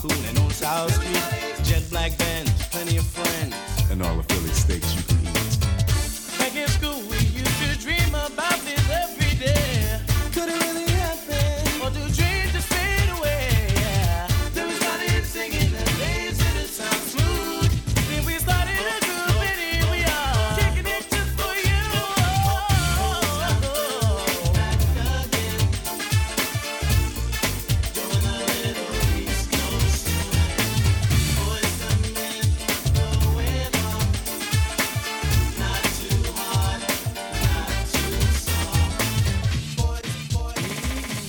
cooling on South Street. Jet black bands, plenty of friends. And all the Philly steaks you can eat. Back in school, we used to dream about this every day. Could it really happen? Or do dreams just fade away? Yeah. Then we started singing and dancing, it sounds smooth. Then we started a groove, and here we are, kicking it just for you.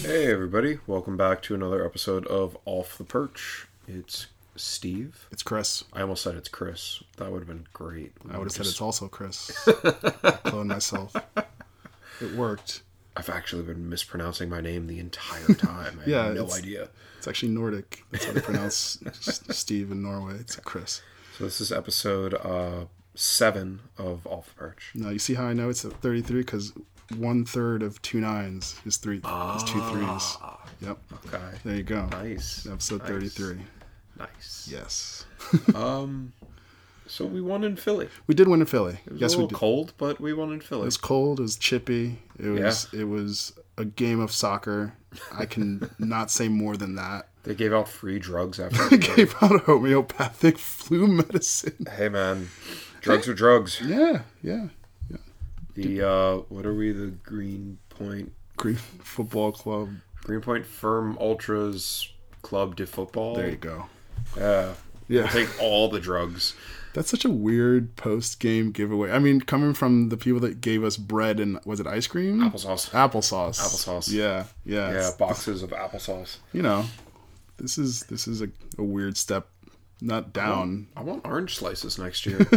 Hey, everybody. Welcome back to another episode of Off the Perch. It's Steve. It's Chris. I almost said it's Chris. That would have been great. I would have said it's also Chris. Clone myself. It worked. I've actually been mispronouncing my name the entire time. I Yeah, have no it's- idea. It's actually Nordic. That's how they pronounce S- Steve in Norway. It's Chris. So this is episode uh, seven of Off the Perch. Now you see how I know it's at 33 because one third of two nines is three. Is two threes. Yep. Okay. There you go. Ah. Nice. Episode Nice. 33. Nice. Yes. So we won in Philly. We did win in Philly. It was Yes, a we little did. cold, but we won in Philly. It was cold. It was chippy. It was. It was a game of soccer. I can not say more than that. They gave out free drugs after. I gave out homeopathic flu medicine. hey man, drugs are drugs. Yeah, yeah. The uh, what are we? The Green Point Green Football Club. Greenpoint Firm Ultras Club de Football. There you go. Yeah. Yeah. Take all the drugs. That's such a weird post game giveaway. I mean, coming from the people that gave us bread and was it ice cream? Applesauce. Applesauce. Applesauce. Yeah, yeah. Yeah, It's- boxes of applesauce. You know, this is this is a, a weird step, not down. I want orange slices next year.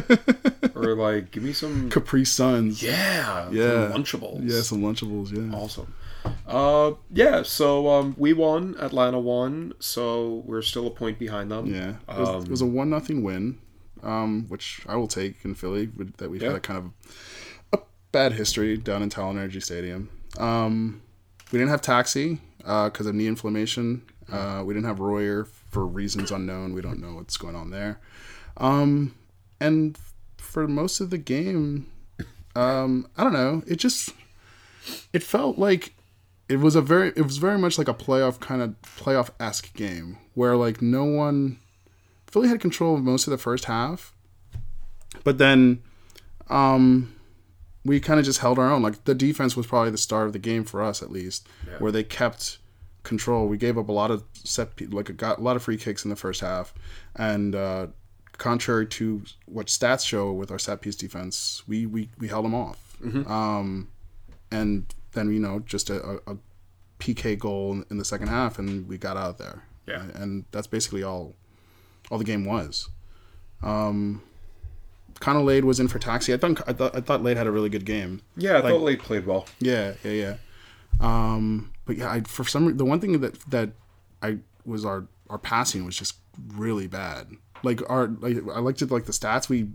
or like, give me some. Capri Suns. Yeah, Yeah. some Lunchables. Yeah, some Lunchables. Yeah. awesome. Uh, yeah. So um, we won. Atlanta won. So we're still a point behind them. Yeah, it was, it was a one nothing win, um, which I will take in Philly. with- That we've Yeah. had a kind of a bad history down in Talon Energy Stadium. Um, we didn't have Taxi because of knee inflammation. Uh, we didn't have Royer for reasons unknown. We don't know what's going on there. Um, and for most of the game, um, I don't know. It just it felt like it was a very it was very much like a playoff kind of playoff esque game where like no one Philly had control of most of the first half, but then um we kind of just held our own. Like the defense was probably the star of the game for us at least, where they kept control. We gave up a lot of set pe- like got a lot of free kicks in the first half, and uh, contrary to what stats show with our set piece defense, we we, we held them off. Um, and then you know just a, a, a PK goal in, in the second half, and we got out of there. Yeah. and, and that's basically all all the game was. Um, kind of Lade was in for taxi. I thought I thought, I thought Lade had a really good game. Yeah, I thought Lake played well. Yeah, yeah, yeah. Um, but yeah, I, for some re- the one thing that that I was our our passing was just really bad. Like our like I liked it like the stats we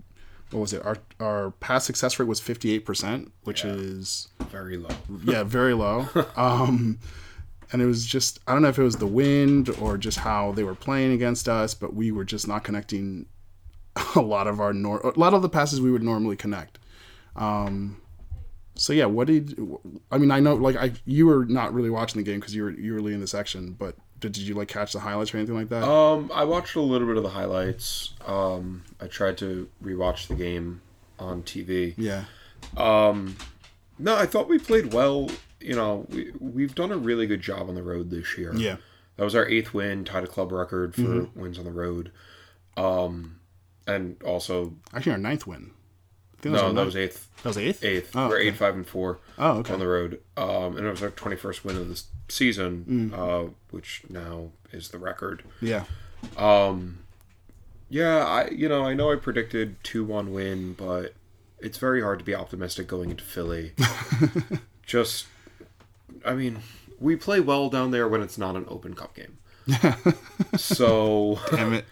what was it our our pass success rate was fifty eight percent, which is Very low. yeah very low. um, and it was just I don't know if it was the wind or just how they were playing against us, but we were just not connecting a lot of our nor- a lot of the passes we would normally connect. Um, So yeah, what did I mean? I know like I you were not really watching the game because you were you were leading the section, but did, did you like catch the highlights or anything like that? Um, I watched a little bit of the highlights. Um, I tried to rewatch the game on TV. yeah, No, I thought we played well. You know, we we've done a really good job on the road this year. yeah, Mm-hmm. That was our eighth win, tied a club record for wins on the road. Um, and also, actually our ninth win. I think that was no, our that ninth- was eighth. that was eighth. Eighth. Oh, We're okay. eight, five, and four Oh, okay. on the road. Um, and it was our 21st win of this season, Mm. uh, which now is the record. Yeah, Yeah, I you know I know I predicted two one win, but it's very hard to be optimistic going into Philly. Just, I mean, we play well down there when it's not an open cup game. so damn it.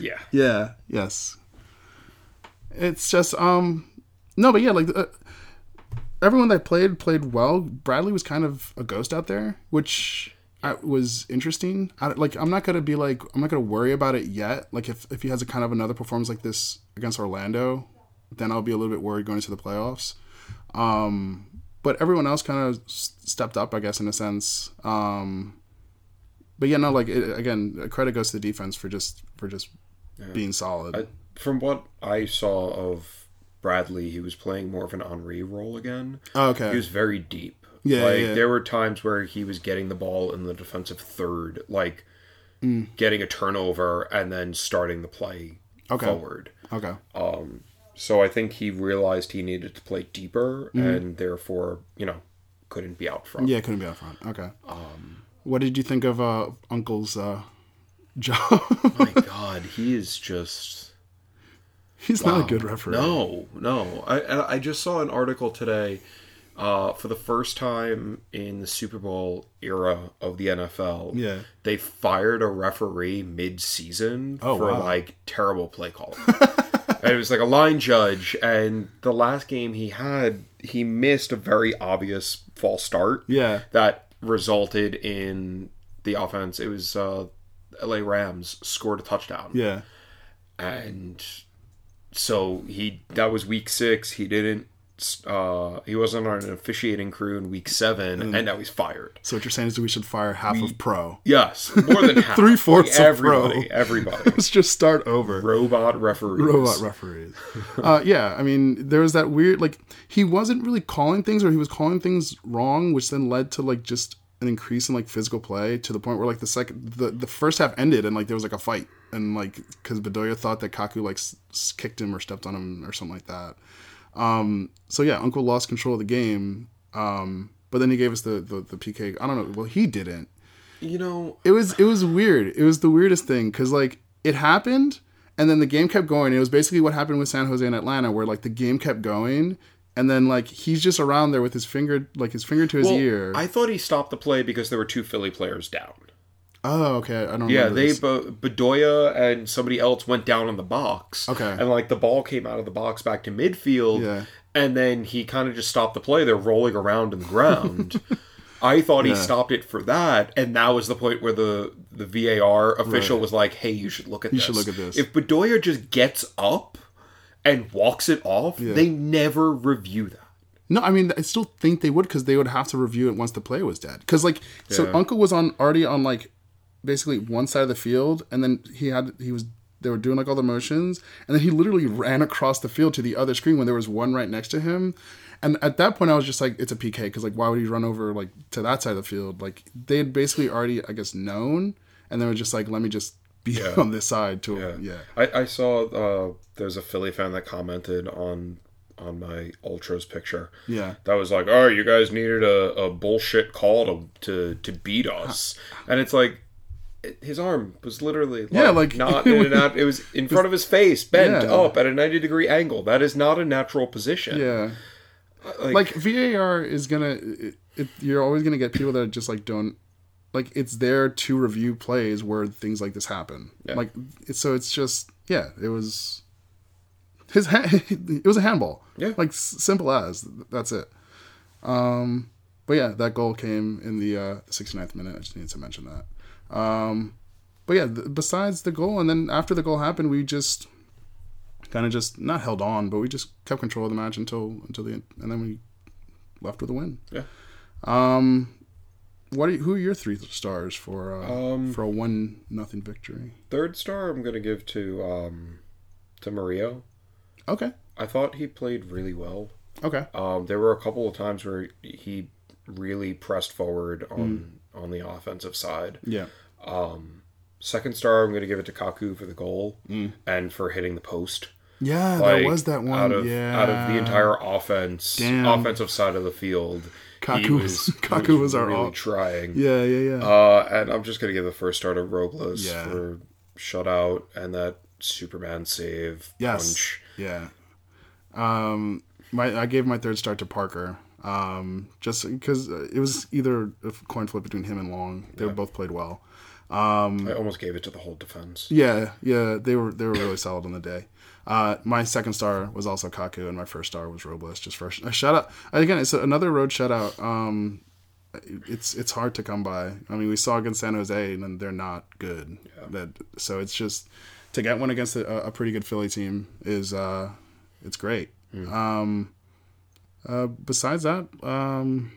yeah, Yeah. Yes. It's just um no, but yeah, like uh, everyone that played played well. Bradley was kind of a ghost out there, which I- was interesting. I, don't- like I'm not gonna be like I'm not gonna worry about it yet. Like if if he has a kind of another performance like this against Orlando, then I'll be a little bit worried going into the playoffs. Um, but everyone else kind of s- stepped up, I guess, in a sense. Um, but yeah, no, like it, again, credit goes to the defense for just for just being solid. From what I saw of Bradley, he was playing more of an Henri role again. Oh, okay. He was very deep. Yeah, like yeah, yeah. there were times where he was getting the ball in the defensive third, like Mm. getting a turnover and then starting the play Okay. forward. okay. So I think he realized he needed to play deeper and therefore, you know, couldn't be out front. Mm-hmm. Yeah, it couldn't be out front. Okay. what did you think of uh, Uncle's uh, job? My God, he is just He's not a good referee. No, no. I- I I just saw an article today. Uh, for the first time in the Super Bowl era of the NFL, Yeah. they fired a referee mid-season Oh, for wow. like terrible play calling. and it was like a line judge, and the last game he had, he missed a very obvious false start. Yeah. that resulted in the offense. It was uh, L.A. Rams scored a touchdown Yeah. and so he that was week six he didn't uh he wasn't on an officiating crew in week seven Mm. and now he's fired So what you're saying is we should fire half of pro. yes more than half Three-fourths of pro. everybody everybody Let's just start over. robot referees Robot referees. uh, yeah, I mean, there was that weird like he wasn't really calling things, or he was calling things wrong, which then led to like just an increase in like physical play to the point where like the second the, the first half ended and like there was like a fight and like because Bedoya thought that Kaku like s- s- kicked him or stepped on him or something like that. Um, so yeah, Uncle lost control of the game. Um, but then he gave us the, the the PK. I don't know. Well, he didn't. you know it was it was weird. It was the weirdest thing because like it happened, and then the game kept going. It was basically what happened with San Jose and Atlanta, where like the game kept going, and then like he's just around there with his finger like his finger to his well, ear. i thought he stopped the play because there were two philly players down oh, okay. I don't. yeah remember they this. bo- bedoya and somebody else went down on the box Okay. and like the ball came out of the box back to midfield Yeah. and then he kind of just stopped the play they're rolling around in the ground i thought he stopped it for that and that was the point where the the var official was like hey you should look at You this should look at this. if bedoya just gets up and walks it off they never review that No, I mean I still think they would because they would have to review it once the play was dead. Because like so, Yeah. Uncle was on already on like basically one side of the field, and then he had he was they were doing like all the motions, and then he literally ran across the field to the other screen when there was one right next to him. And at that point, I was just like, it's a PK because like why would he run over like to that side of the field? Like they had basically already I guess known, and they were just like, let me just be on this side to yeah. I, I saw uh, there's a Philly fan that commented on on my Ultras picture. Yeah. that was like, oh, you guys needed a, a bullshit call to, to to beat us, and it's like it- his arm was literally like, Yeah, like- not in and out. It was in front of his face, bent Yeah. up at a ninety degree angle. That is not a natural position. Yeah. like, like VAR is gonna, it, it, you're always gonna get people that just like don't, like it's there to review plays where things like this happen. Yeah. Like it's- so, it's just yeah, it was his ha- it was a handball. Yeah. like s- simple as that's it. Um, but yeah, that goal came in the uh, 69th minute. I just needed to mention that. Um, but yeah, th- besides the goal, and then after the goal happened, we just kind of just not held on, but we just kept control of the match until until the end, and then we left with a win. Yeah. Um, what are you, who are your three stars for uh, Um, for a one nothing victory? third star, I'm gonna give to um to Mario. Okay. I thought he played really well. Okay. Um, there were a couple of times where he really pressed forward on Hmm. on the offensive side. Yeah. Second star, I'm going to give it to Kaku for the goal and for hitting the post. Yeah, Like, there was Hmm. Oh, that one. out of yeah. out of the entire offense, Damn. offensive side of the field. he Kaku was- Kaku was our really all- trying. Yeah, yeah, yeah. Uh, and I'm just going to give the first star to Robles Yeah. for shutout and that Superman save yes. punch. Yeah. Um, my I gave my third start to Parker. Um, just because it was either a coin flip between him and Long. They both played well. Mm. I almost gave it to the whole defense. Yeah, yeah, they were they were really solid on the day. Uh, my second star was also Uh, Kaku, and my first star was Robles. Just for a sh- a shout out again, it's another road shutout. Um, it's it's hard to come by. I mean, we saw against San Jose, and then they're not good. That so it's just to get one against a, a pretty good Philly team is uh, it's great. Um, uh, besides that, um,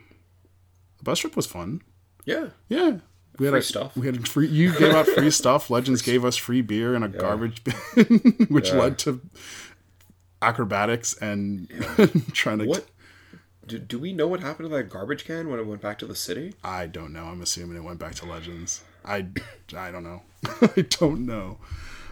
the bus trip was fun. Yeah. Yeah. We had Free a, stuff. We had free. You gave out free stuff. Legends gave us free beer and a garbage bin, which led to acrobatics and trying to. What? Do, do we know what happened to that garbage can when it went back to the city? I don't know. I'm assuming it went back to Legends. I, I don't know. I don't know.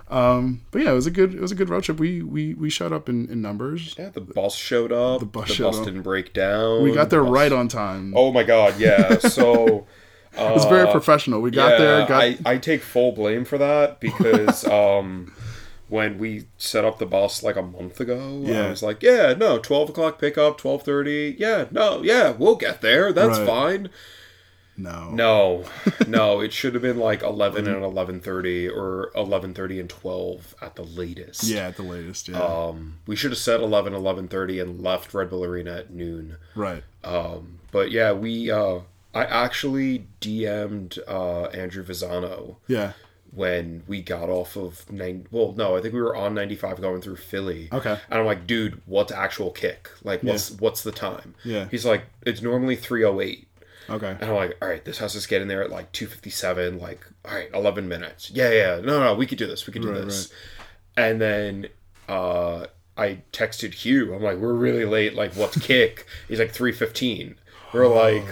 Um, but yeah, it was a good. It was a good road trip. We we we showed up in, in numbers. Yeah, the bus showed up. The bus bus, showed up. didn't break down. We got there Bus- right on time. Oh my god, yeah. So it was very professional. We got yeah, there. Got I, I take full blame for that because um, when we set up the bus like a month ago, Yeah. I was like, yeah, no, twelve o'clock pickup, twelve thirty. Yeah, no, yeah, we'll get there. That's Right. fine. no. No, no, it should have been like eleven and eleven thirty or eleven thirty and twelve at the latest. Yeah, at the latest. Yeah. Um, we should have said 11, 11.30 and left Red Bull Arena at noon. right. But yeah, we, uh, I actually DM'd, uh, Andrew Visano Yeah. when we got off of nine. Well, no, I think we were on ninety five going through Philly. Okay. and I'm like, dude, what's actual kick? Like, what's what's the time? Yeah. he's like, it's normally three oh eight. Okay. And I'm like, all right, this has us get in there at like 2:57. Like, all right, 11 minutes. Yeah, yeah. No, no, we could do this. We could do Right, this. And then uh, I texted Hugh. I'm like, we're really late. Like, what's kick? He's like 3:15. We're like,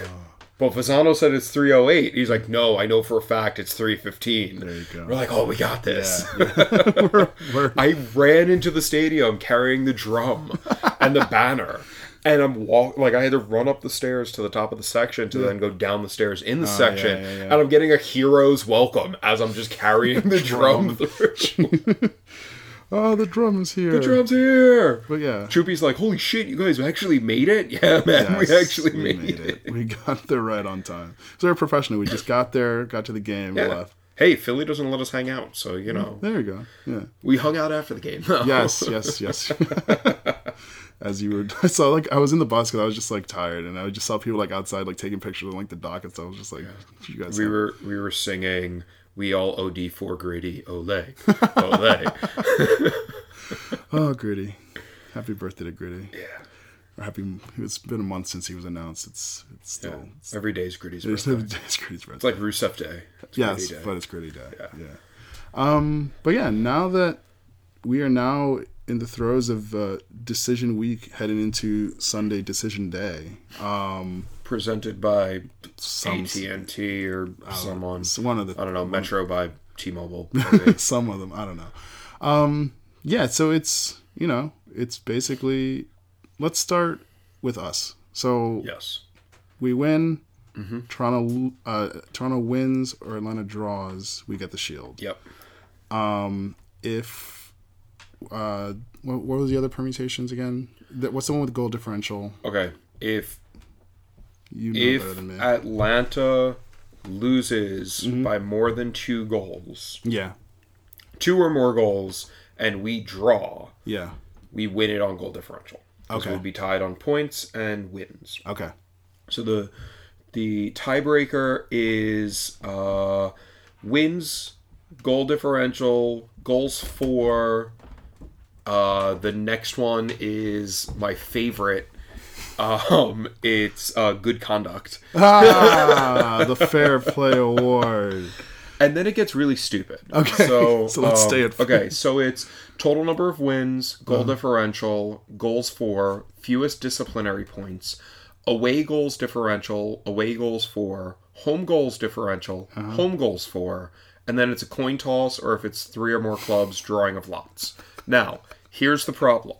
but Fasano said it's 3:08. He's like, no, I know for a fact it's 3:15. There you go. We're like, oh, we got this. We're- we're- I ran into the stadium carrying the drum and the banner. And I'm walk like I had to run up the stairs to the top of the section to then go down the stairs in the section, Oh, yeah, yeah. and I'm getting a hero's welcome as I'm just carrying the drum through. oh, the drum is here. the drum's here. But yeah. Troopy's like, "Holy shit, you guys actually made it! Yeah, man, we Yes, actually we made, it. We got there right on time. So we're professional. We just got there, got to the game, Yeah. left. Hey, Philly doesn't let us hang out, so you know There you go. Yeah. we hung out after the game. though. Yes, yes, yes. As you were, I saw like I was in the bus because I was just like tired, and I just saw people like outside like taking pictures on like the dock and stuff. I was just like, you guys, we were we were singing, "We all OD for Grady, Ole, Ole." oh gritty, happy birthday to gritty. yeah. Or happy. It's been a month since he was announced. It's it's Yeah. still it's, Every day's Gritty's it's, birthday. gritty's birthday. It's like Rusev Day. It's yes, Gritty Day. but it's gritty day. Yeah. Um. But yeah, now that we are now in the throes of uh, decision week, heading into Sunday decision day. Um. presented by Some AT&T or someone. it's one of the I don't know, Metro by T-Mobile. some of them i don't know um yeah so it's you know it's basically let's start with us so yes. we win Mm-hmm. toronto uh toronto wins or atlanta draws we get the shield Yep. if uh what, what was the other permutations again That what's the one with goal differential Okay. If you know better if than me Mm-hmm. Atlanta loses by more than two goals, yeah two or more goals, and we draw, yeah we win it on goal differential. 'Cause Okay. We'll be tied on points and wins. okay So the the tiebreaker is uh, wins, goal differential, goals for. Uh, the next one is my favorite. Um, it's uh, good conduct, ah the fair play award and then it gets really stupid. Okay, so, so let's um, stay at- Uh-huh. okay. So it's total number of wins, goal differential, goals for, fewest disciplinary points, away goals differential, away goals for, home goals differential, Uh-huh. home goals for, and then it's a coin toss or if it's three or more clubs, drawing of lots. Now, here's the problem.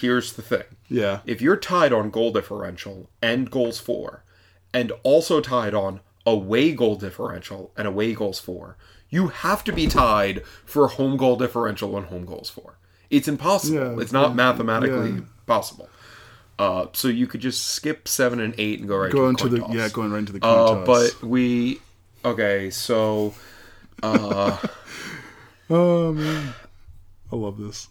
Here's the thing. yeah If you're tied on goal differential and goals for, and also tied on away goal differential and away goals for, you have to be tied for home goal differential and home goals for. It's impossible. Yeah, it's not mathematically yeah. possible. Uh, so you could just skip seven and eight and go right going to to coin the toss. yeah going right into the coin Uh, toss. but we okay. So Oh man, I love this.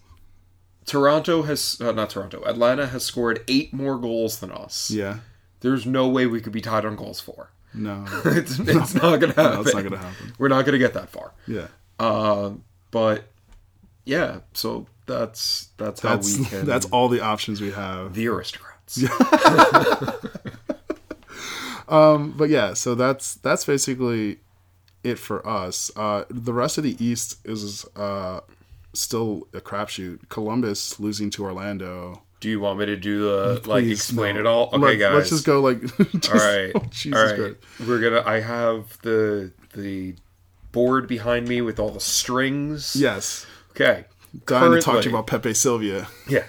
Toronto has uh, not Toronto. Atlanta has scored eight more goals than us. Yeah, There's no way we could be tied on goals for. No. It's, it's not gonna happen. No, it's not gonna happen. We're not gonna get that far. Yeah. But yeah, so that's that's how That's we can. that's all the options we have. the aristocrats. Um, but yeah, so that's that's basically it for us. Uh, the rest of the East is uh, still a crapshoot. Columbus losing to Orlando. Do you want me to do the like Please, explain no. it all? Okay, Let- guys. Let's just go like. just- All right. oh, Jesus all right. Christ. We're gonna. I have the the board behind me with all the strings. Yes. Okay. Dying to talk to Currently- you about Pepe Silvia. Yeah.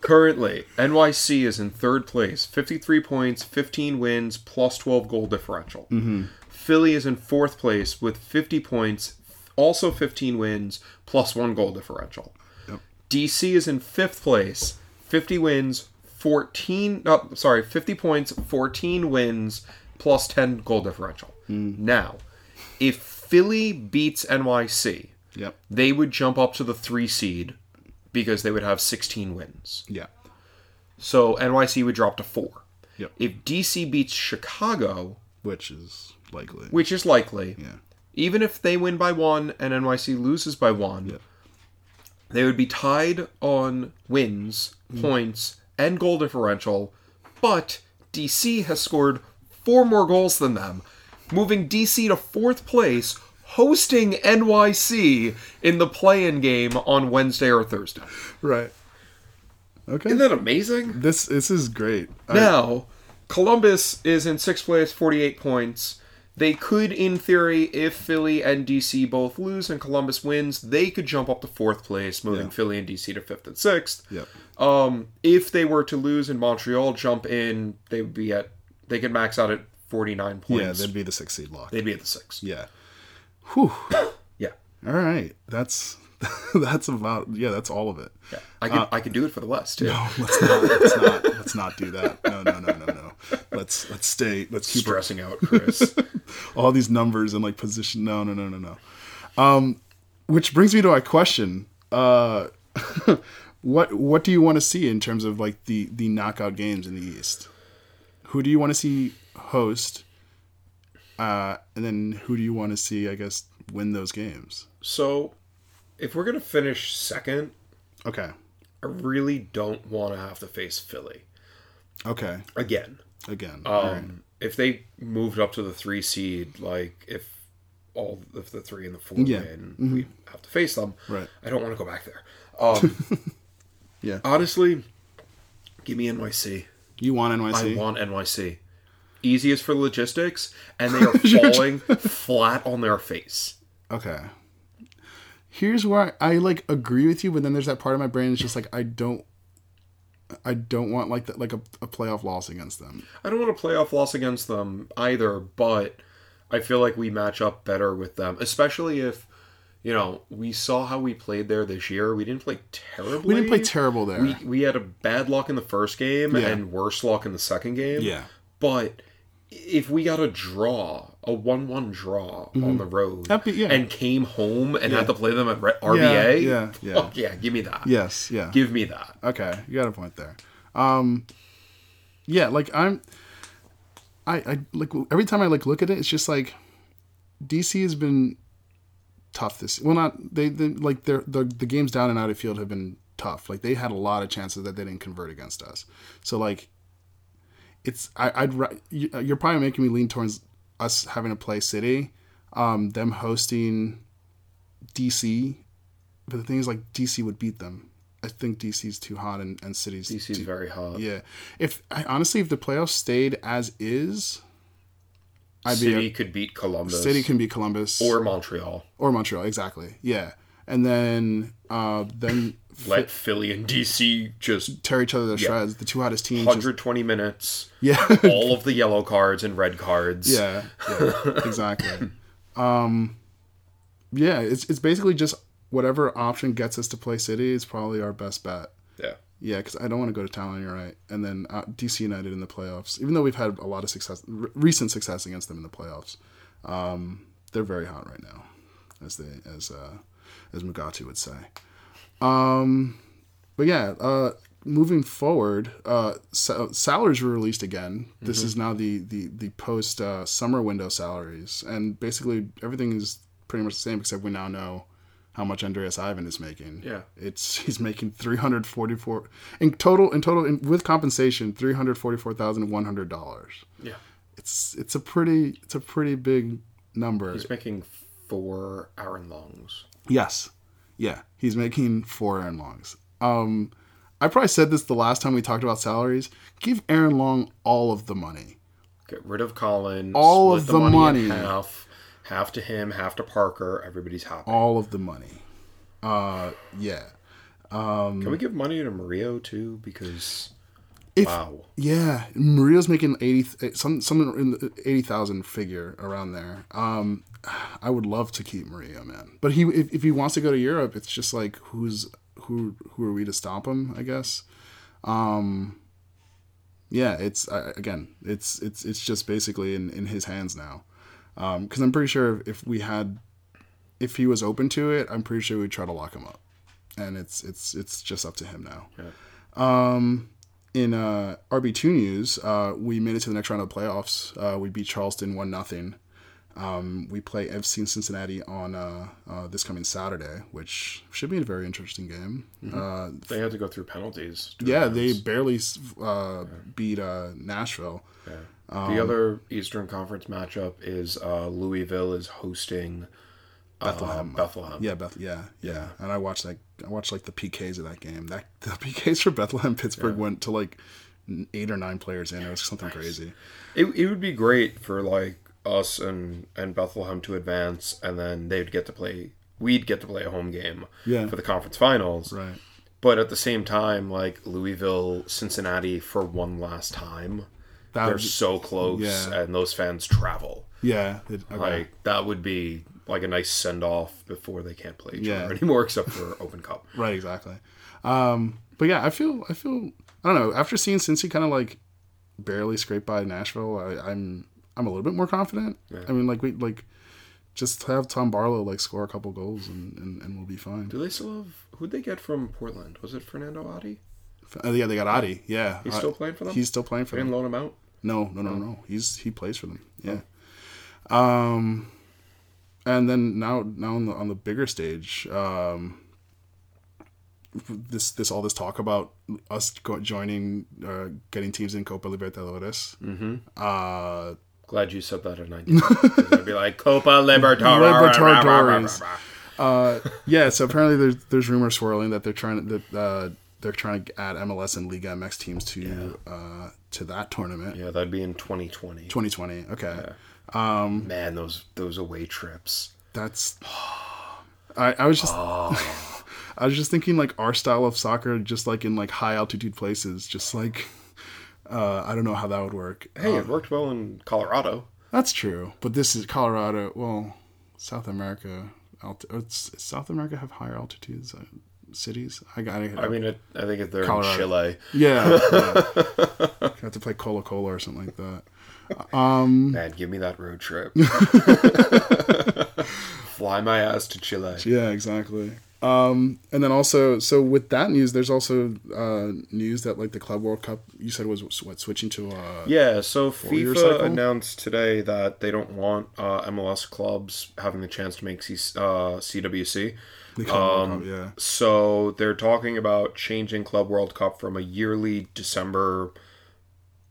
Currently, NYC is in third place, 53 points, 15 wins, plus 12 goal differential. Philly is in fourth place with 50 points, also 15 wins, plus one goal differential. DC is in fifth place, 50 wins, 14, oh, sorry, 50 points, 14 wins, plus 10 goal differential. Now, if Philly beats NYC, Yep. they would jump up to the three seed because they would have 16 wins. Yeah. So NYC would drop to four. Yep. If DC beats Chicago, Which is likely. which is likely, yeah. even if they win by one and NYC loses by one, they would be tied on wins, points, and goal differential. But DC has scored four more goals than them, moving DC to fourth place, hosting NYC in the play in game on Wednesday or Thursday. Right. Okay. Isn't that amazing? this this is great. I- Now, Columbus is in sixth place, 48 points. They could, in theory, if Philly and DC both lose and Columbus wins, they could jump up to fourth place, moving Philly and DC to fifth and sixth. Yep. Um, if they were to lose and Montreal jump in, they would be at they could max out at 49 Yeah, points. that'd be the six seed lock. they'd be at the sixth. yeah. Whew. Yeah. All right. That's that's about yeah. That's all of it. I could I could do it for the West too. Let's not. Let's not. Let's not do that. No. No. No. No. No. Let's let's stay. Let's keep Stressing out, Chris. all these numbers and like position. No, no, no, no, no. Um, which brings me to my question. Uh, what what do you want to see in terms of like the the knockout games in the East? Who do you want to see host? Uh, and then who do you want to see? I guess win those games. so, if we're gonna finish second, Okay. I really don't want to have to face Philly Okay. again. Again. Um, If they moved up to the three seed, like if all if the three and the four Yeah. Mm-hmm. win, we have to face them. Right. I don't want to go back there. Um, Yeah. Honestly, give me NYC. You want NYC? I want NYC. Easiest for logistics, and they are falling flat on their face. Okay. Here's where I, I like agree with you, but then there's that part of my brain that's just like I don't, I don't want like that like a, a playoff loss against them. I don't want a playoff loss against them either, but I feel like we match up better with them, especially if you know we saw how we played there this year. We didn't play terribly. We didn't play terrible there. We we had a bad luck in the first game Yeah. and worse luck in the second game. Yeah. but. If we got a draw, a one-one draw on the road, Mm-hmm. That'd be- yeah. and came home and had to play them at Re- Yeah, RBA, yeah, yeah. fuck yeah, give me that, yes, yeah. give me that. Okay, you got a point there. Um, yeah, like I'm, I I like every time I like look at it, it's just like DC has been tough this. Well, not they, they like their the the games down and out of field have been tough. Like they had a lot of chances that they didn't convert against us. So like, it's I, I'd ri- you- uh, you're probably making me lean towards us having to play City, um, them hosting DC, but the thing is like DC would beat them. I think DC's too hot and, and City's DC's very hot. yeah. If I honestly, if the playoffs stayed as is, I'd be City a, could beat Columbus. City can be Columbus or Montreal. or Montreal exactly. Yeah, and then uh, then Let Philly and DC just tear each other to shreds. The two hottest teams. just- 120 minutes, yeah, all of the yellow cards and red cards. yeah, yeah, exactly. Um, yeah, it's it's basically just whatever option gets us to play City is probably our best bet. yeah. Yeah, because I don't want to go to Talon. You're right. And then uh, DC United in the playoffs, even though we've had a lot of success, re- recent success against them in the playoffs, um, they're very hot right now, as they as uh, as Mugatu would say. Um, but yeah, uh, moving forward, uh, sa- salaries were released again. This is now the the the post uh, summer window salaries, and basically everything is pretty much the same except we now know how much Andreas Ivan is making. Yeah. it's he's making three hundred forty four in total in total in, with compensation three hundred forty four thousand one hundred dollars. Yeah. It's it's a pretty it's a pretty big number. He's making four Aaron Longs. Yes. Yeah. He's making four Aaron Longs. Um, I probably said this the last time we talked about salaries. Give Aaron Long all of the money. Get rid of Colin. All split of the money. In half, half to him, half to Parker. Everybody's happy. All of the money. Uh, yeah. Um, Can we give money to Mario too? Because If, wow, Yeah. Maria's making 80, some, something in the 80,000 figure around there. Um, I would love to keep Maria, man. But he, if, if he wants to go to Europe, it's just like, who's, who, who are we to stop him, I guess? Um, yeah, it's uh, again, it's it's it's just basically in in his hands now. Because I'm pretty sure if we had, if he was open to it, I'm pretty sure we'd try to lock him up, and it's it's it's just up to him now. Um, in uh, RB two news, uh, we made it to the next round of the playoffs. Uh, we beat Charleston one nothing. Um, we play FC Cincinnati on uh, uh, this coming Saturday, which should be a very interesting game. Uh, they had to go through penalties. to yeah, they advance. barely uh, beat uh, Nashville. um, the other Eastern Conference matchup is uh, Louisville is hosting Bethlehem. Bethlehem. Yeah, Beth. Yeah, yeah. And I watched like I watched like the PKs of that game. That the PKs for Bethlehem Pittsburgh went to like n- eight or nine players in. It was something crazy. It, it would be great for like us and and Bethlehem to advance, and then they'd get to play. We'd get to play a home game Yeah. for the conference finals. Right. But at the same time, like Louisville, Cincinnati for one last time. That They're would be- so close, yeah. and those fans travel. Yeah. It, okay. Like that would be like a nice send off before they can't play each Yeah. other anymore, except for Open Cup. Right. Exactly. Um. But yeah, I feel I feel I don't know. After seeing Cincy kind of like barely scrape by Nashville, I, I'm I'm a little bit more confident. I mean, like we like just have Tom Barlow like score a couple goals and and, and we'll be fine. Do they still have who'd they get from Portland? Was it Fernando Adi? Uh, yeah, they got Adi. Yeah, He's Uh, still playing for them? He's still playing for They them. didn't loan him out. No, no, no, no. He's he plays for them. Yeah. Um, and then now now on the on the bigger stage, um, this this all this talk about us go, joining, uh, getting teams in Copa Libertadores. Uh, Glad you said that in 19. 'Cause I'd be like Copa Libertadores. Libertadores. uh, yeah. So apparently there's there's rumors swirling that they're trying to that uh, they're trying to add MLS and Liga MX teams to uh, to that tournament. Yeah, that'd be in 2020. 2020. Okay. Man, those those away trips. That's. I, I was just. I was just thinking like our style of soccer, just like in like high altitude places, just like. Uh, I don't know how that would work. Hey, it worked well in Colorado. That's true, but this is Colorado. Well, South America. Alt- oh, it's, does South America have higher altitudes uh, cities. I got it. I mean, it, I think if they're Colorado. in Chile. yeah, yeah. have to play Cola Cola or something like that. Mm. Man, give me that road trip. Fly my ass to Chile. Yeah, exactly. Um, and then also, so with that news, there's also uh, news that like the Club World Cup you said was what switching to uh, Yeah, so year FIFA cycle? announced today that they don't want uh, MLS clubs having the chance to make C- uh, CWC. the Club Um, World Cup, yeah, So they're talking about changing Club World Cup from a yearly December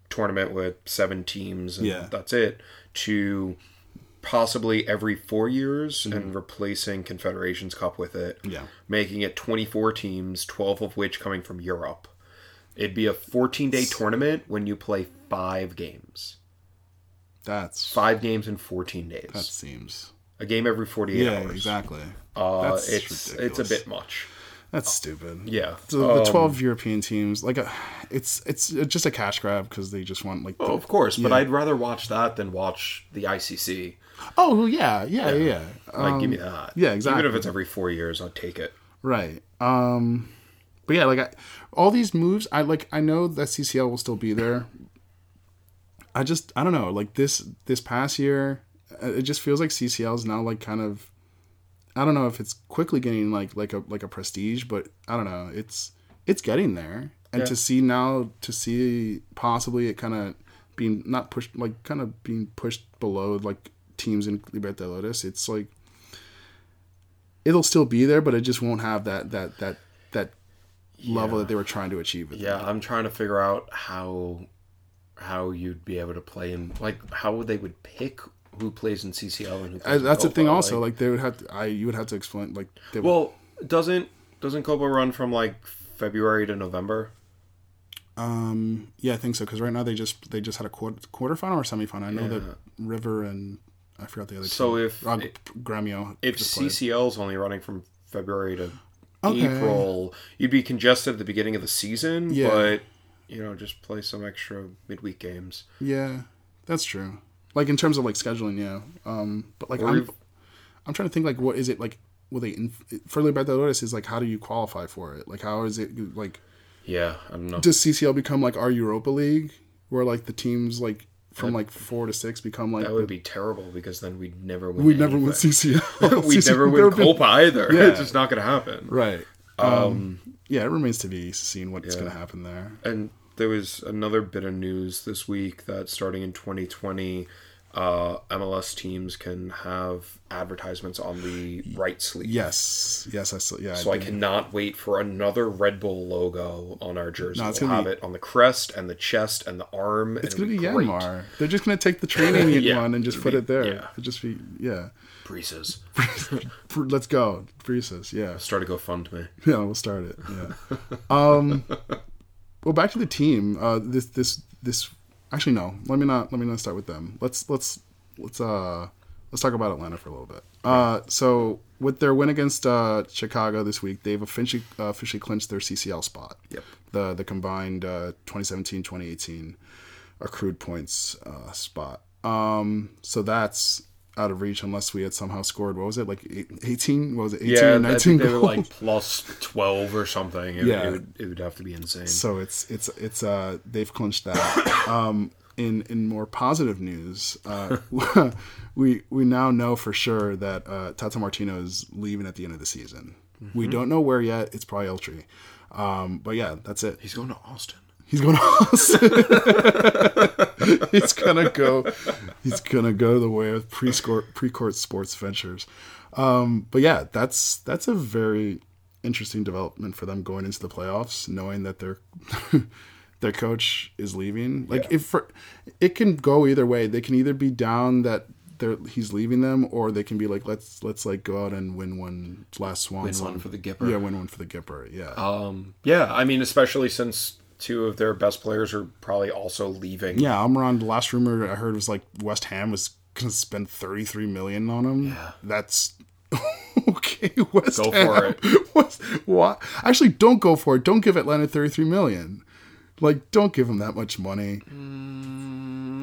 tournament with seven teams and Yeah. that's it to possibly every four years and replacing Confederations Cup with it. Mm-hmm. Yeah. Making it 24 teams, 12 of which coming from Europe. It'd be a 14 day tournament when you play five games. that's Five games in 14 days. that seems a game every 48 yeah, hours. exactly. Uh, That's it's, it's a ridiculous. bit much. That's stupid. Yeah. So the Um, twelve European teams, like, uh, it's it's just a cash grab because they just want like. Oh, Oh, of course, but I'd rather watch that than watch the ICC. oh yeah, yeah, yeah, yeah. Like, give me that. Um, yeah, Even if exactly. it's every four years, I'll take it. Right. Um but yeah, like I, all these moves, I like I know that CCL will still be there. I just I don't know, like this this past year, uh, it just feels like CCL is now like kind of I don't know if it's quickly getting like like a like a prestige, but I don't know, it's it's getting there. and Yeah. to see now to see possibly it kind of being not pushed like kind of being pushed below like teams in Libertadores. It's like it'll still be there, but it just won't have that that that that level that they were trying to achieve with it. Yeah, I'm trying to figure out how how you'd be able to play in like how they would pick who plays in CCL and who I, plays in that's the Copa, thing. Also, like- like they would have, to, I you would have to explain like they would, well, doesn't doesn't Copa run from like February to November? um, yeah, I think so because right now they just they just had a quarter quarterfinal or semifinal. I know that River and I forgot the other. So team. if- uh, Gremio, If just played. CCL's only running from February to Okay. April, you'd be congested at the beginning of the season, Yeah. but you know, just play some extra midweek games. yeah, that's true. Like in terms of like scheduling, yeah. Um, but like Or I'm, if- I'm trying to think like what is it like? Will they in, for Libertadores is like how do you qualify for it? Like how is it like? Yeah, I don't know. Does CCL become like our Europa League where like the teams like from like four to six become like that the- would be terrible because then we'd never win. We'd never win anything. CCL. We'd never win Copa either. Yeah. It's just not going to happen. Right. Um, Um, yeah, it remains to be seen what's going to happen there. And there was another bit of news this week that starting in 2020, uh, MLS teams can have advertisements on the right sleeve. Yes. Yes, I saw. Yeah. So I did- cannot wait for another Red Bull logo on our jersey. No, it's we'll gonna have be- it on the crest and the chest and the arm. It's going to be Yanmar. They're just going to take the training union Yeah, one and just it'll put be- it there. yeah. It'll just be, yeah. Breezes. For- Let's go. Breezes. Yeah. Start a GoFundMe. Yeah, we'll start it. Yeah. um, well, back to the team. Uh, this, this, this, actually, no, let me not, let me not start with them. Let's, let's, let's, uh, let's talk about Atlanta for a little bit. Uh, so with their win against, uh, Chicago this week, they've officially, uh, officially clinched their CCL spot. Yep. The, the combined, uh, 2017, 2018 accrued points, uh, spot. Um, so that's out of reach unless we had somehow scored, what was it? Like eight, 18, what was it? 18 Yeah, or 19 I think they were goals? like plus 12 or something. It, Yeah. it, would, it would have to be insane. So it's it's it's uh they've clinched that. um in in more positive news, uh we we now know for sure that uh Tata Martino is leaving at the end of the season. We don't know where yet. It's probably Eltree. Um but yeah, that's it. He's going to Austin. He's going to Austin. he's gonna go. He's gonna go the way of pre-court pre-court sports ventures. Um, but yeah, that's that's a very interesting development for them going into the playoffs, knowing that their their coach is leaving. Like if for, it can go either way, they can either be down that they're he's leaving them, or they can be like let's let's like go out and win one last swan Win song. one for the Gipper. Oh, Yeah, win one for the Gipper. Yeah. Um, Yeah, I mean, especially since two of their best players are probably also leaving. Yeah, Almiron. The last rumor I heard was like West Ham was gonna spend thirty three million on him. Yeah, that's okay. West Go for Ham. it. West, what? Actually, don't go for it. Don't give Atlanta thirty three million. Like, don't give him that much money.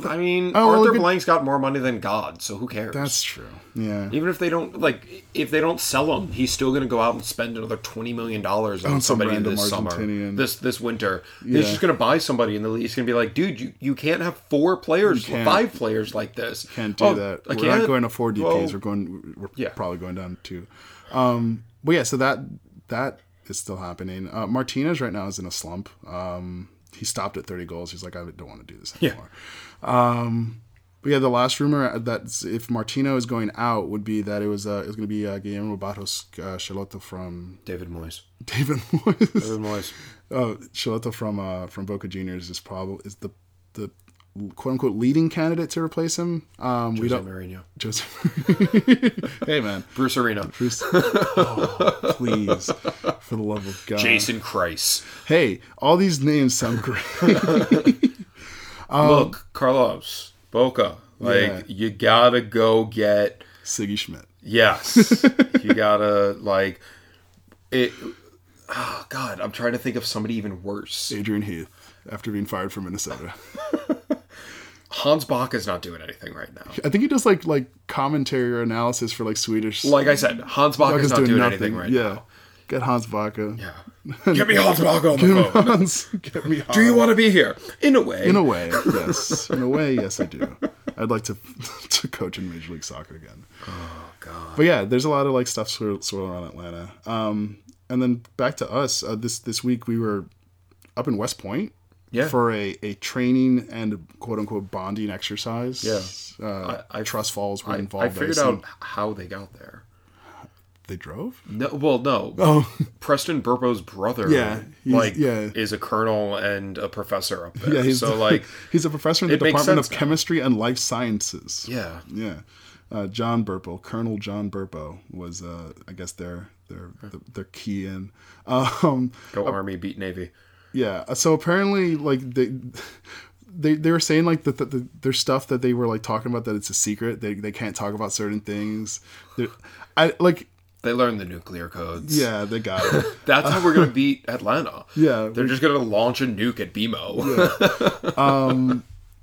I mean, Oh, well, Arthur good- Blank's got more money than God, so who cares? That's true. Yeah. Even if they don't like, if they don't sell him, he's still going to go out and spend another twenty million dollars on, On some somebody random this summer, Argentinian. this this winter. Yeah. He's just going to buy somebody in the league. He's going to be like, dude, you, you can't have four players, can't. five players like this. Can't do "Oh, that. I We're not can't? going to four DPS. Well, we're going. We're Yeah. probably going down two. Um, but yeah, so that that is still happening. Uh, Martinez right now is in a slump. Um, he stopped at thirty goals. He's like, I don't want to do this anymore. Um, But yeah, the last rumor uh, that if Martino is going out would be that it was uh, it was going to be uh, Guillermo Barros uh, Charlotte from David Moyes. David Moyes. David Moyes. Oh, Shaloto from uh, from Boca Juniors is probably is the the quote unquote leading candidate to replace him. Um, we Jose don't. Mourinho. Just hey man, Bruce Arena. Bruce, oh, please, for the love of God, Jason Christ. Hey, all these names sound great. Look, Carlos, Boca, like Yeah. you gotta go get Siggy Schmidt. yes. you gotta like it oh god, I'm trying to think of somebody even worse. Adrian Heath after being fired from Minnesota. Hans Bach is not doing anything right now. I think he does like like commentary or analysis for like Swedish. Like I said, Hans Bach is Baka's not doing, anything right yeah. now. Get Hans Baca. Yeah. Get me Hans Bach on the phone. Hans, get me Hans. Do you want to be here? In a way. In a way, yes. In a way, yes, I do. I'd like to to coach in Major League Soccer again. Oh, God. But yeah, there's a lot of like stuff swirl, swirling around Atlanta. Um, and then back to us. Uh, this this week we were up in West Point Yeah. for a, a training and quote unquote bonding exercise. Yeah. Uh, I- I- Trust Falls were I, involved. I figured assume out h- how they got there. they drove. No, well, no. Oh, Preston Burpo's brother, Yeah, he's- like, yeah. is a colonel and a professor up there. yeah. He's so, like, he's a professor in the it makes Department of sense now. Chemistry and Life Sciences. yeah, Yeah. Uh, John Burpo, Colonel John Burpo was, uh, I guess, their their their key in. Um, go army, beat navy. yeah. uh, So apparently, like they. They, they were saying like that the, the, there's stuff that they were like talking about that it's a secret they, they can't talk about certain things They're, I like They learned the nuclear codes. yeah they got it That's how we're gonna beat Atlanta. Yeah. they're just gonna launch a nuke at BMO.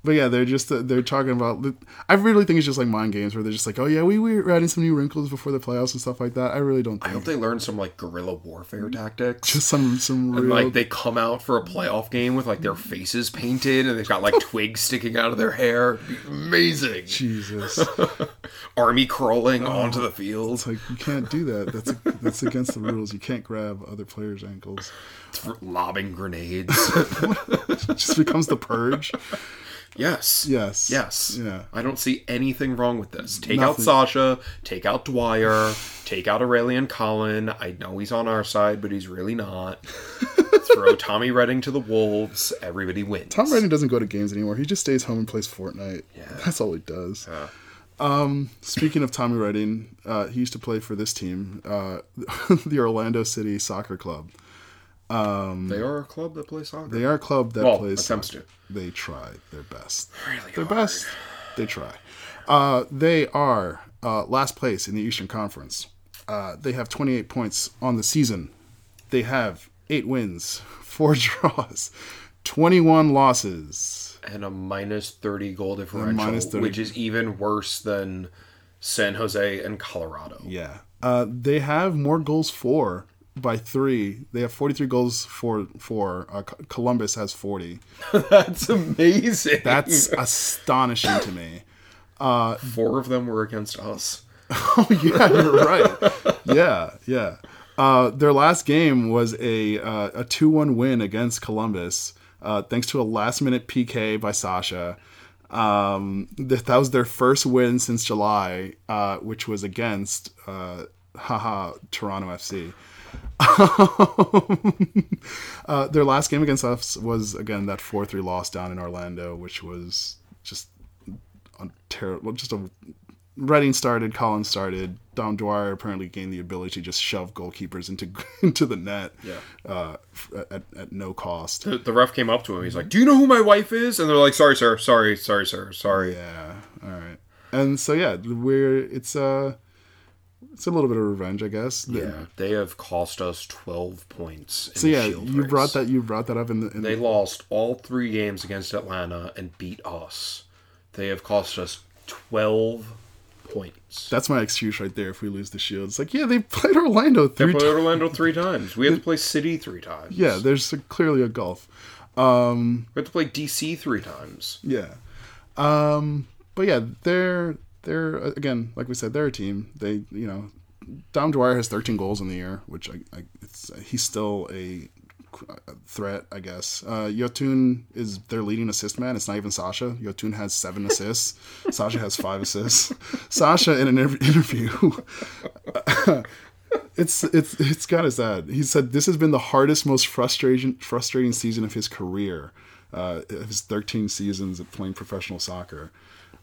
But yeah, they're just uh, they're talking about. I really think it's just like mind games where they're just like, oh yeah, we were adding some new wrinkles before the playoffs and stuff like that. I really don't I think hope they learn some like guerrilla warfare tactics. just some some real. And, like they come out for a playoff game with like their faces painted and they've got like twigs sticking out of their hair. It'd be amazing. Jesus, Army crawling Oh. onto the field. it's like you can't do that. That's that's against the rules. You can't grab other players' ankles. th- lobbing grenades. It just becomes the purge. yes. Yes. Yes. Yeah. I don't see anything wrong with this. Take out Nothing. Sasha, take out Dwyer, take out Aurelian Colin. I know he's on our side, but he's really not. Throw Tommy Redding to the wolves. Everybody wins. Tom Brady doesn't go to games anymore. He just stays home and plays Fortnite. Yeah. That's all he does. Yeah. Um, speaking of Tommy Redding, uh, he used to play for this team, uh, the Orlando City Soccer Club. They are a club that plays soccer. They are a club that Well, plays. attempts soccer. to. They try their best. Really their hard. best. They try. Uh, they are uh, last place in the Eastern Conference. Uh, they have 28 points on the season. They have eight wins, four draws, 21 losses. and a minus 30 goal differential, minus 30. which is even worse than San Jose and Colorado. Yeah. Uh, they have more goals for by three. They have 43 goals for four. Uh, Co- Columbus has 40. That's amazing. That's astonishing to me. Four of them were against us. Oh yeah, you're right. Yeah, yeah. Uh, their last game was a uh, a two one win against Columbus, uh, thanks to a last minute PK by Sasha. Um, that, that was their first win since July, uh, which was against uh, haha Toronto FC. uh, their last game against us was again that four three loss down in Orlando, which was just a terrible, just a Redding started, Collins started. Dom Dwyer apparently gained the ability to just shove goalkeepers into into the net Yeah. uh, f- at, at no cost. The, the ref came up to him. Mm-hmm. He's like, "Do you know who my wife is?" And they're like, "Sorry, sir. Sorry, sorry, sir. Sorry." Yeah, all right. And so yeah, we're it's uh it's a little bit of revenge, I guess. Yeah, they have cost us twelve points. In So yeah, shield you race. brought that you brought that up in the in They the, lost all three games against Atlanta and beat us. They have cost us twelve points. that's my excuse right there. If we lose the shield, it's like yeah, they played Orlando They three played times. Orlando three times. We had to play City three times. Yeah, there's clearly a gulf. we had to play DC three times. Yeah. Um, but yeah, they're they're uh, again, like we said, they're a team. They you know, Dom Dwyer has 13 goals in the year, which I, I it's, he's still a threat, I guess. Uh, Yotun is their leading assist man. It's not even Sasha. Yotun has seven assists. Sasha has five assists. Sasha in an inter- interview. It's it's it's kind of sad. He said this has been the hardest, most frustrating frustrating season of his career, uh, of his 13 seasons of playing professional soccer.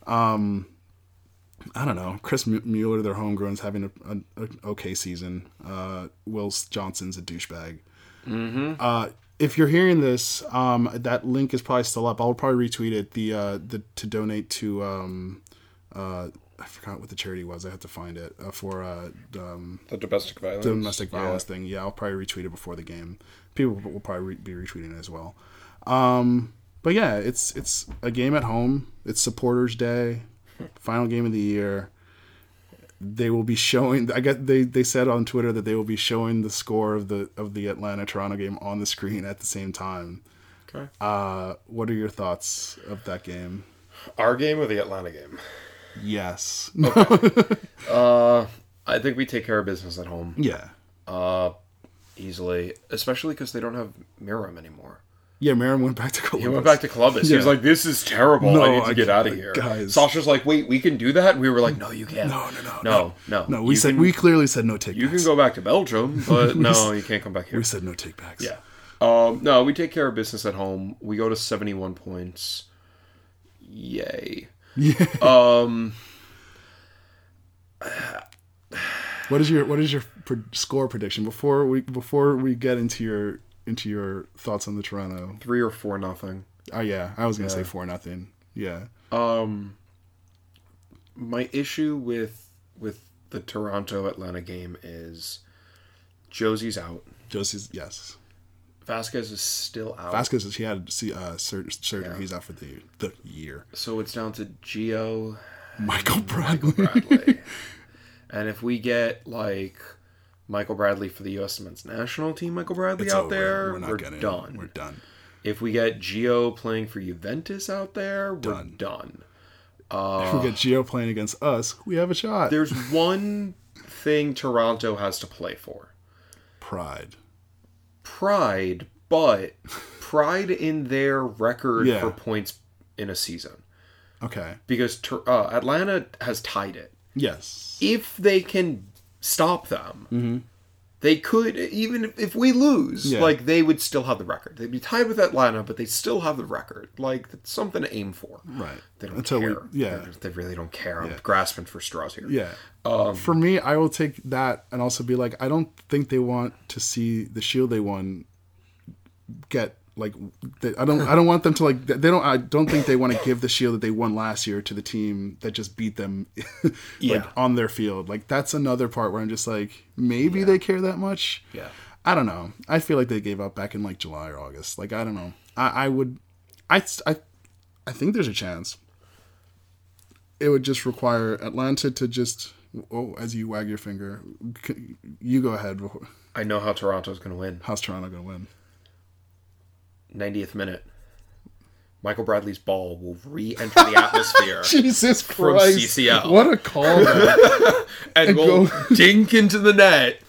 Um, I don't know. Chris Mu- Mueller, their homegrown, is having a, an an okay season. Uh, Will Johnson's a douchebag. Uh, if you're hearing this, um, that link is probably still up. I'll probably retweet it. The uh, the to donate to um, uh, I forgot what the charity was. I have to find it uh, for uh, um, The domestic violence. domestic violence thing. Yeah, I'll probably retweet it before the game. People will probably re- be retweeting it as well. Um, but yeah, it's it's a game at home. It's supporters' day, final game of the year. They will be showing. I guess they, they said on Twitter that they will be showing the score of the of the Atlanta Toronto game on the screen at the same time. Okay. Uh, what are your thoughts of that game? Our game or the Atlanta game? Yes. Oh. I think we take care of business at home yeah. easily, especially because they don't have Miram anymore. Yeah, Marin went back to Columbus. He went back to Columbus. He was Yeah. like, "This is terrible. No, I need to I get out of can't- here." guys. Sasha's like, "Wait, we can do that." And we were like, "No, you can't. No, no, no, no, no, No, You we said can- we clearly said no take. you can backs. go back to Belgium, but no, you can't come back here." We said no take backs. Yeah. Um, no, we take care of business at home. We go to 71 points. Yay. Um, What is your what is your pre- score prediction before we before we get into your into your thoughts on the Toronto? Three or four nothing. Oh yeah, I was gonna say four nothing. Yeah, My issue with with the Toronto Atlanta game is Josie's out. Josie's yes. Vasquez is still out. Vasquez is he had see, uh, sur- surgery. He's out for the the year. so it's down to Geo Michael Bradley. Bradley. and if we get like Michael Bradley for the U.S. men's national team, Michael Bradley It's out over. there, we're we're, not getting it. done. We're done. If we get Gio playing for Juventus out there, we're Done. done. if we get Geo playing against us, we have a shot. There's one thing Toronto has to play for Pride. pride, but pride in their record Yeah. for points in a season. Okay. Because Tor- uh, Atlanta has tied it. Yes. If they can stop them, they could, even if- if we lose, Mm-hmm. Yeah. like they would still have the record. They'd be tied with Atlanta, but they still have the record. Like, that's something to aim for. Right. They don't Until we- care. yeah. They're- they really don't care. I'm grasping for straws here. Yeah. Um, For me, I will take that and also be like, I don't think they want to see the shield they won get like. They, I don't. I don't want them to like. They don't. I don't think they want to give the shield that they won last year to the team that just beat them, like Yeah. on their field. Like that's another part where I'm just like, maybe they care that much. Yeah. I don't know. I feel like they gave up back in like July or August. Like I don't know. I, I would. I, I I think there's a chance. It would just require Atlanta to just. Oh, as you wag your finger, c- you go ahead. I know how Toronto's going to win. How's Toronto gonna win? 90th minute. Michael Bradley's ball will re enter the atmosphere Jesus From Christ! CCL. What a call! and will dink into the net.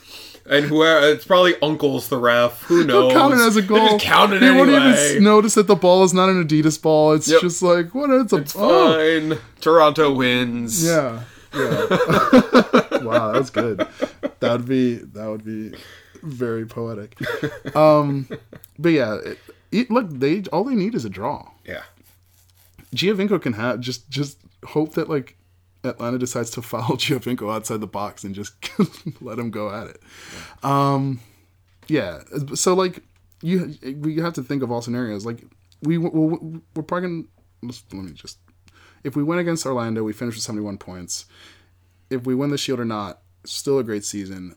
And whoever, it's probably Uncle's the ref. Who knows? count it as a They goal. Just count it They anyway. won't even notice that the ball is not an Adidas ball. It's Yep. just like what? It's a It's oh. fine. Toronto wins. Yeah. Yeah. wow, that's good. That would be that would be very poetic. Um but yeah, it, it, look, they all they need is a draw. Yeah. Giovinco can have just just hope that like Atlanta decides to foul Giovinco outside the box and just let him go at it. Um, yeah. So like you we have to think of all scenarios. Like we we're, we're probably gonna, let's- let me just if we win against Orlando, we finish with seventy one points. If we win the Shield or not, still a great season.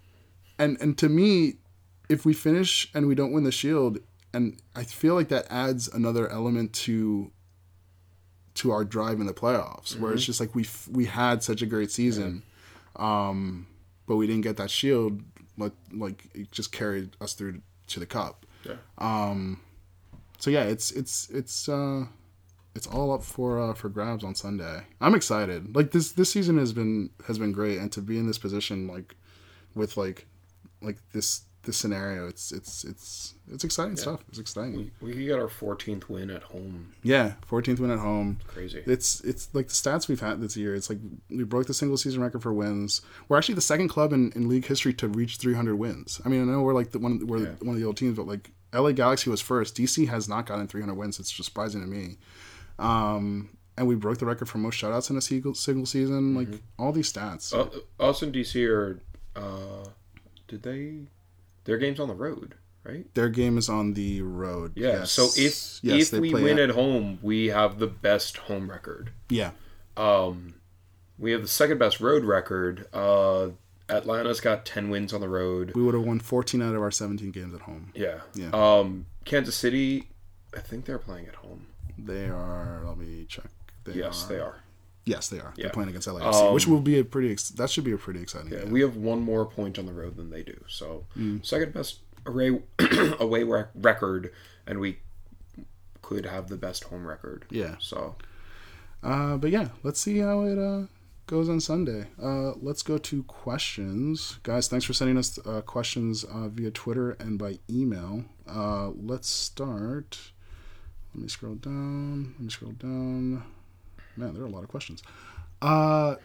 And and to me, if we finish and we don't win the Shield, and I feel like that adds another element to to our drive in the playoffs, where it's just like we f- we had such a great season, um, but we didn't get that shield. Like like it just carried us through to the cup. Yeah. So yeah, it's it's it's uh, it's all up for uh, for grabs on Sunday. I'm excited. Like this this season has been has been great, and to be in this position like with like like this this scenario, it's it's it's it's exciting stuff. It's exciting. Um, We could get our 14th win at home. Yeah, 14th win at home. Crazy. It's it's like the stats we've had this year. It's like we broke the single season record for wins. We're actually the second club in, in league history to reach 300 wins. I mean, I know we're like the one we're one of the old teams, but like LA Galaxy was first. DC has not gotten 300 wins. It's surprising to me. Um, and we broke the record for most shutouts in a single, single Mm-hmm. season. Like all these stats. Uh, us and DC are. Uh, did they? Their game's on the road, right? Their game is on the road. Yeah. Yes. So if Yes, they if we play win at- at home, we have the best home record. Um, yeah, We have the second best road record. Uh, Atlanta's got ten wins on the road. we would have won 14 out of our 17 games at home. Yeah. Yeah. Um, Kansas City, I think they're playing at home. They are. Let me check. They Yes, they are. Yes, they are. They're Yeah. playing against LAFC, which will be a pretty. Ex- that should be a pretty exciting And game. We have one more point on the road than they do. So second best array away rec- record, and we could have the best home record. Yeah. So Uh, but yeah, let's see how it uh, goes on Sunday. Uh, let's go to questions, guys. Thanks for sending us uh, questions uh, via Twitter and by email. Uh, let's start Let me scroll down. Let me scroll down. Man, there are a lot of questions. Uh,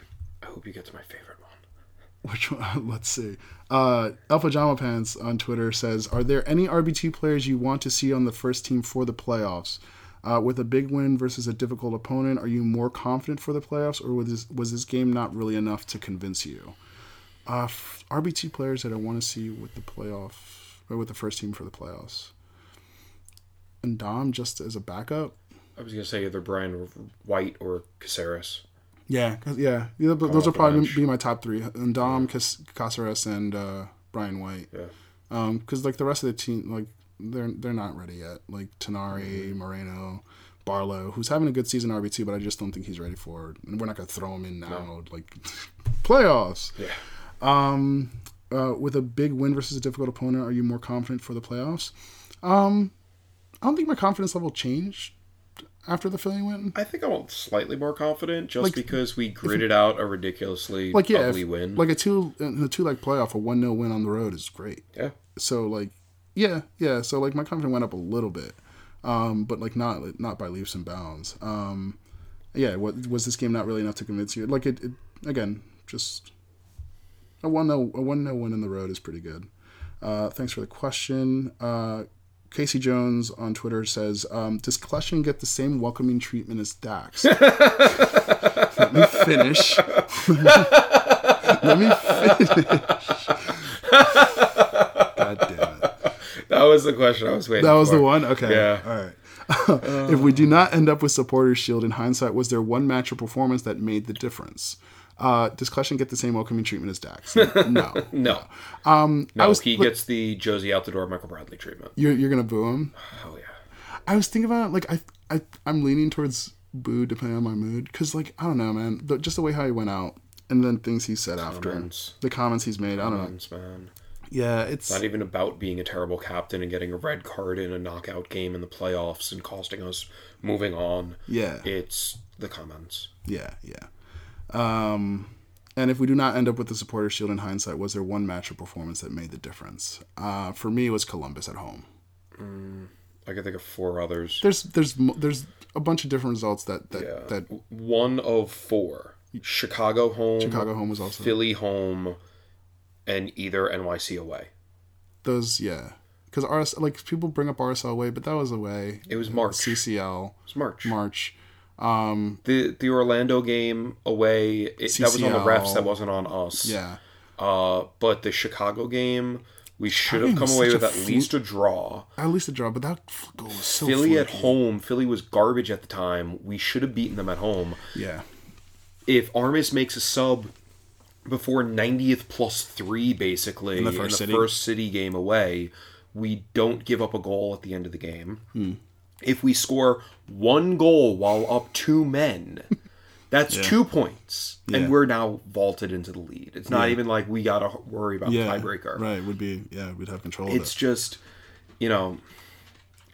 I hope you get to my favorite one. which one? Let's see. Uh, Alpha Jama Pants on Twitter says, "Are there any RBT players you want to see on the first team for the playoffs? Uh, with a big win versus a difficult opponent, are you more confident for the playoffs, or was this, was this game not really enough to convince you?" Uh, f- RBT players that I want to see with the playoff or with the first team for the playoffs, and Dom just as a backup. I was gonna say either Brian or White or Caceres. Yeah, 'cause- yeah, yeah but those will probably Blanche. be my top three: and Dom Cas- Caceres and uh, Brian White. Yeah. Um, because like the rest of the team, like they're they're not ready yet. Like Mm-hmm. Tanari, Moreno, Barlow, who's having a good season RB two, but I just don't think he's ready for. it. And we're not gonna throw him in now, like playoffs. Yeah. Um, uh, with a big win versus a difficult opponent, are you more confident for the playoffs? Um, I don't think my confidence level changed after the Philly win. I think I'm slightly more confident just Like, because we gritted out a ridiculously Like yeah, ugly if- win. like a two in a two leg playoff, a one 0 win on the road is great. yeah. so like yeah yeah so like my confidence went up a little bit um but like not not by leaps and bounds um yeah what was this game not really enough to convince you like it, it again just a one no a one no win in the road is pretty good uh thanks for the question uh Casey Jones on Twitter says, um, "Does Kleshin get the same welcoming treatment as Dax?" Let me finish. Let me finish. God damn it. That was the question I was waiting That was for. the one. Okay. Yeah. All right. if we do not end up with supporters shield in hindsight, was there one match or performance that made the difference? Uh, does Kleshin get the same welcoming treatment as Dax? No. No. Um, no, he gets the Josie out the door Michael Bradley treatment. you're you're gonna boo him. Hell yeah. I was thinking about it, like I I I'm leaning towards boo depending on my mood because like I don't know man the, just the way how he went out and then things he said Comments. after the comments he's made I don't know Thanks, man. yeah it's Not even about being a terrible captain and getting a red card in a knockout game in the playoffs and costing us moving on. Yeah. It's the comments. Yeah, yeah. Um, and if we do not end up with the supporter shield in hindsight, was there one match or performance that made the difference? Uh, for me, it was Columbus at home. I can think of four others. There's there's mo- there's a bunch of different results that that, Yeah. that One of four. Chicago home. Chicago home was also Philly home. And either NYC away. those yeah because RS like people bring up RSL away, but that was away. It was March. It CCL was March. March. Um, The the Orlando game away. It, that was on the CCL. refs. That wasn't on us. Yeah, Uh, but the Chicago game, we should have game come was away such with a at fluke. least a draw. at least a draw, but that f- goal was so Philly at fluky. home. Philly was garbage at the time. We should have beaten them at home. Yeah, If Armis makes a sub before 90th plus three, basically, in the first city. first city game away, we don't give up a goal at the end of the game. Hmm. If we score one goal while up two men, that's two points. Yeah. And we're now vaulted into the lead. It's not even like we got to worry about yeah, the tiebreaker. Right, would be yeah, we'd have control It's of just, you know,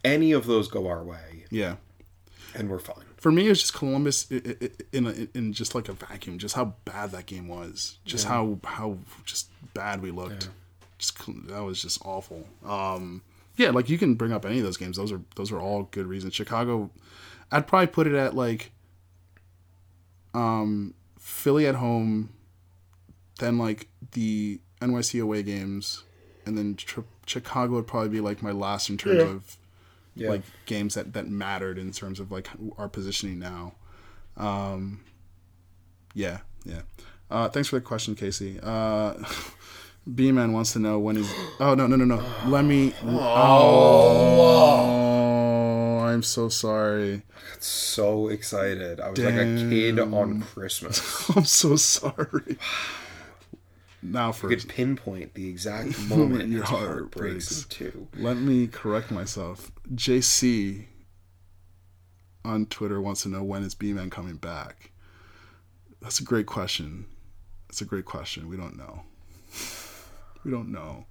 any of those go our way, it. Yeah, and we're fine. for me, it's just Columbus i- i- i- in a, in just like a vacuum. Just how bad that game was. Just how how just bad we looked. Just Col- that was just awful. Um, yeah, like you can bring up any of those games. Those are those are all good reasons. Chicago, I'd probably put it at like, um, Philly at home, then like the NYC away games, and then tri- Chicago would probably be like my last in terms of Yeah. like games that that mattered in terms of like our positioning now. Um, yeah, yeah. Uh, thanks for the question, Casey. Uh, B man wants to know when is. Oh no no no no. Let me. Oh, I'm so sorry. so excited. I was like a kid on Christmas. I'm so sorry. Now for You could pinpoint the exact moment Your your heart heart breaks breaks. in two. Let me correct myself. JC on Twitter wants to know when is B Man coming back. That's a great question. That's a great question. We don't know. We don't know.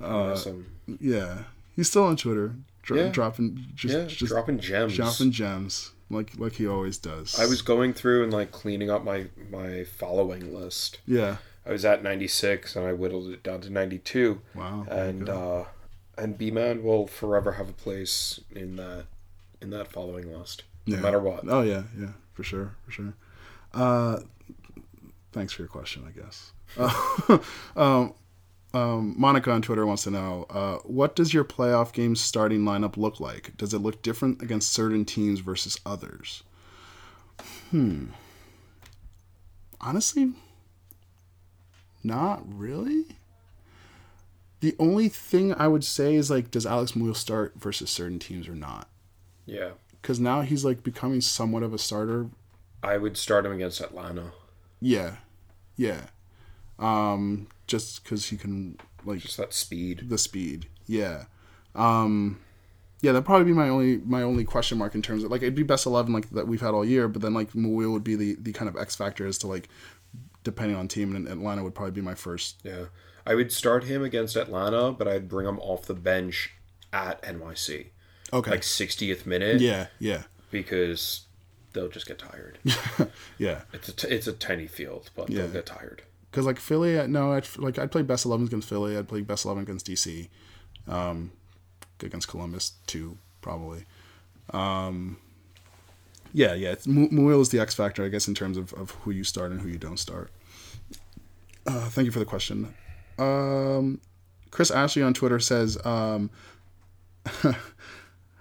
Uh, awesome. Yeah, he's still on Twitter, dro- Yeah. dropping just, Yeah, just dropping gems. dropping gems like like he always does. I was going through and like cleaning up my my following list. yeah. I was at 96 and I whittled it down to 92. Wow, there you And uh and B-Man will forever have a place in that in that following list, Yeah. no matter what. Oh yeah, yeah, for sure, for sure. Uh, thanks for your question, I guess. Uh, um, um, Monica on Twitter wants to know uh, what does your playoff game starting lineup look like? Does it look different against certain teams versus others? Hmm. Honestly, not really. The only thing I would say is like, does Alex Muehl start versus certain teams or not? Yeah, because now he's like becoming somewhat of a starter. I would start him against Atlanta. Yeah, yeah. Um, just because he can like Just that speed. the speed. Yeah. Um, yeah, that'd probably be my only my only question mark in terms of like it'd be best eleven like that we've had all year, but then like Muil would be the the kind of X factor as to like depending on team and Atlanta would probably be my first. Yeah, I would start him against Atlanta, but I'd bring him off the bench at NYC, Okay. like 60th minute, yeah, yeah, because they'll just get tired. yeah. it's a t- it's a tiny field, but Yeah. they'll get tired. Because like Philly, I- no, I'd, like I'd play best eleven against Philly. I'd play best eleven against DC, um, against Columbus too, probably. Um, yeah, yeah. it's- Mu- Muil is the X factor, I guess, in terms of, of who you start and who you don't start. Uh, thank you for the question. Um, Chris Ashley on Twitter says, um, uh,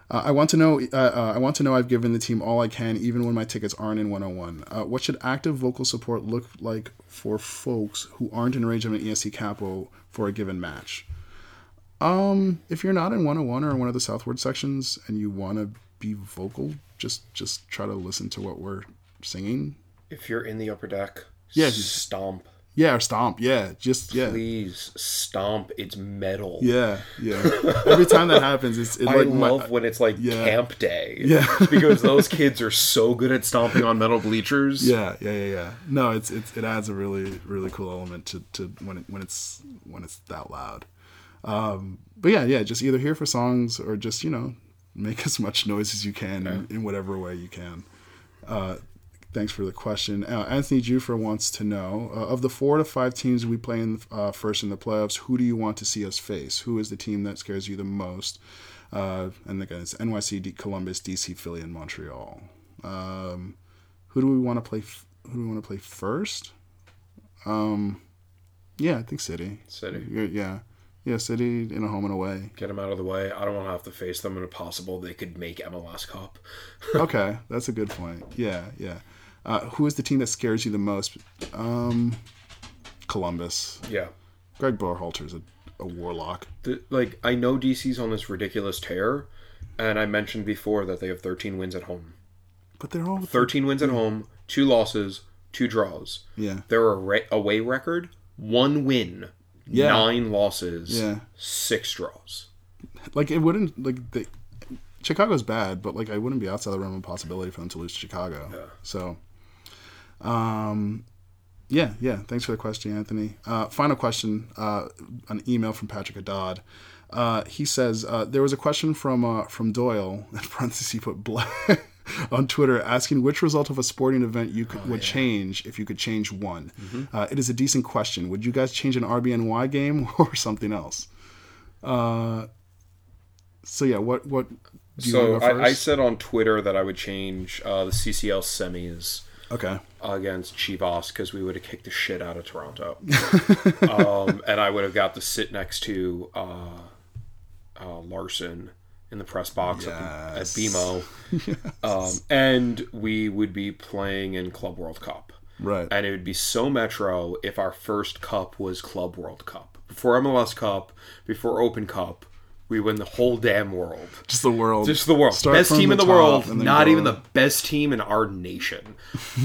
"I want to know. Uh, uh, I want to know. I've given the team all I can, even when my tickets aren't in 101. Uh, what should active vocal support look like for folks who aren't in range of an E ESC capo for a given match? Um, if you're not in 101 or in one of the southward sections and you want to be vocal, just just try to listen to what we're singing. If you're in the upper deck, Yeah. stomp. Yeah, or stomp. Yeah, just yeah." Please stomp. It's metal. Yeah, yeah. Every time that happens, it's it I like my- love when it's like yeah. camp day. Yeah. because those kids are so good at stomping on metal bleachers. yeah, yeah, yeah, yeah. No, it's it's it adds a really really cool element to, to when it when it's when it's that loud. Um, but yeah, yeah, just either here for songs or just you know make as much noise as you can in, in whatever way you can. Uh, thanks for the question. Uh, Anthony Jufer wants to know uh, of the four to five teams we play in uh, first in the playoffs, who do you want to see us face? Who is the team that scares you the most? Uh, and again, it's NYC, D- Columbus, DC, Philly, and Montreal. Um, who do we want to play? f- Who do we want to play first? Um, yeah, I think City. City. Yeah, yeah, yeah. City in a home and away. Get them out of the way. I don't want to have to face them in a possible they could make MLS Cup. okay, that's a good point. Yeah, yeah. Uh, who is the team that scares you the most? Um, Columbus. Yeah. Greg Berhalter's a, a warlock. The, like, I know DC's on this ridiculous tear, and I mentioned before that they have 13 wins at home. But they're all 13 wins Hmm. at home, two losses, two draws. Yeah. Their arra- away record, one win, Yeah. nine losses, Yeah. six draws. Like it wouldn't like they, Chicago's bad, but like I wouldn't be outside the realm of possibility for them to lose to Chicago. So, um, yeah, yeah. Thanks for the question, Anthony. Uh, final question: uh, an email from Patrick Adad. Uh, he says uh, there was a question from uh, from Doyle in parentheses he put black on Twitter asking which result of a sporting event you Oh, could, would change if you could change one. Mm-hmm. Uh, it is a decent question. Would you guys change an RBNY game or something else? Uh, So yeah, what what do you so want to go I, I first? said on Twitter that I would change uh, the CCL semis okay. against Chivas because we would have kicked the shit out of Toronto, um, and I would have got to sit next to uh, uh, Larson in the press box at, the, at Yes. BMO, um, and we would be playing in Club World Cup. Right. And it would be so metro if our first cup was Club World Cup. Before MLS Cup, before Open Cup, we win the whole damn world. Just the world. Just the world. Start best from team in the top world. and then Not go- even the best team in our nation.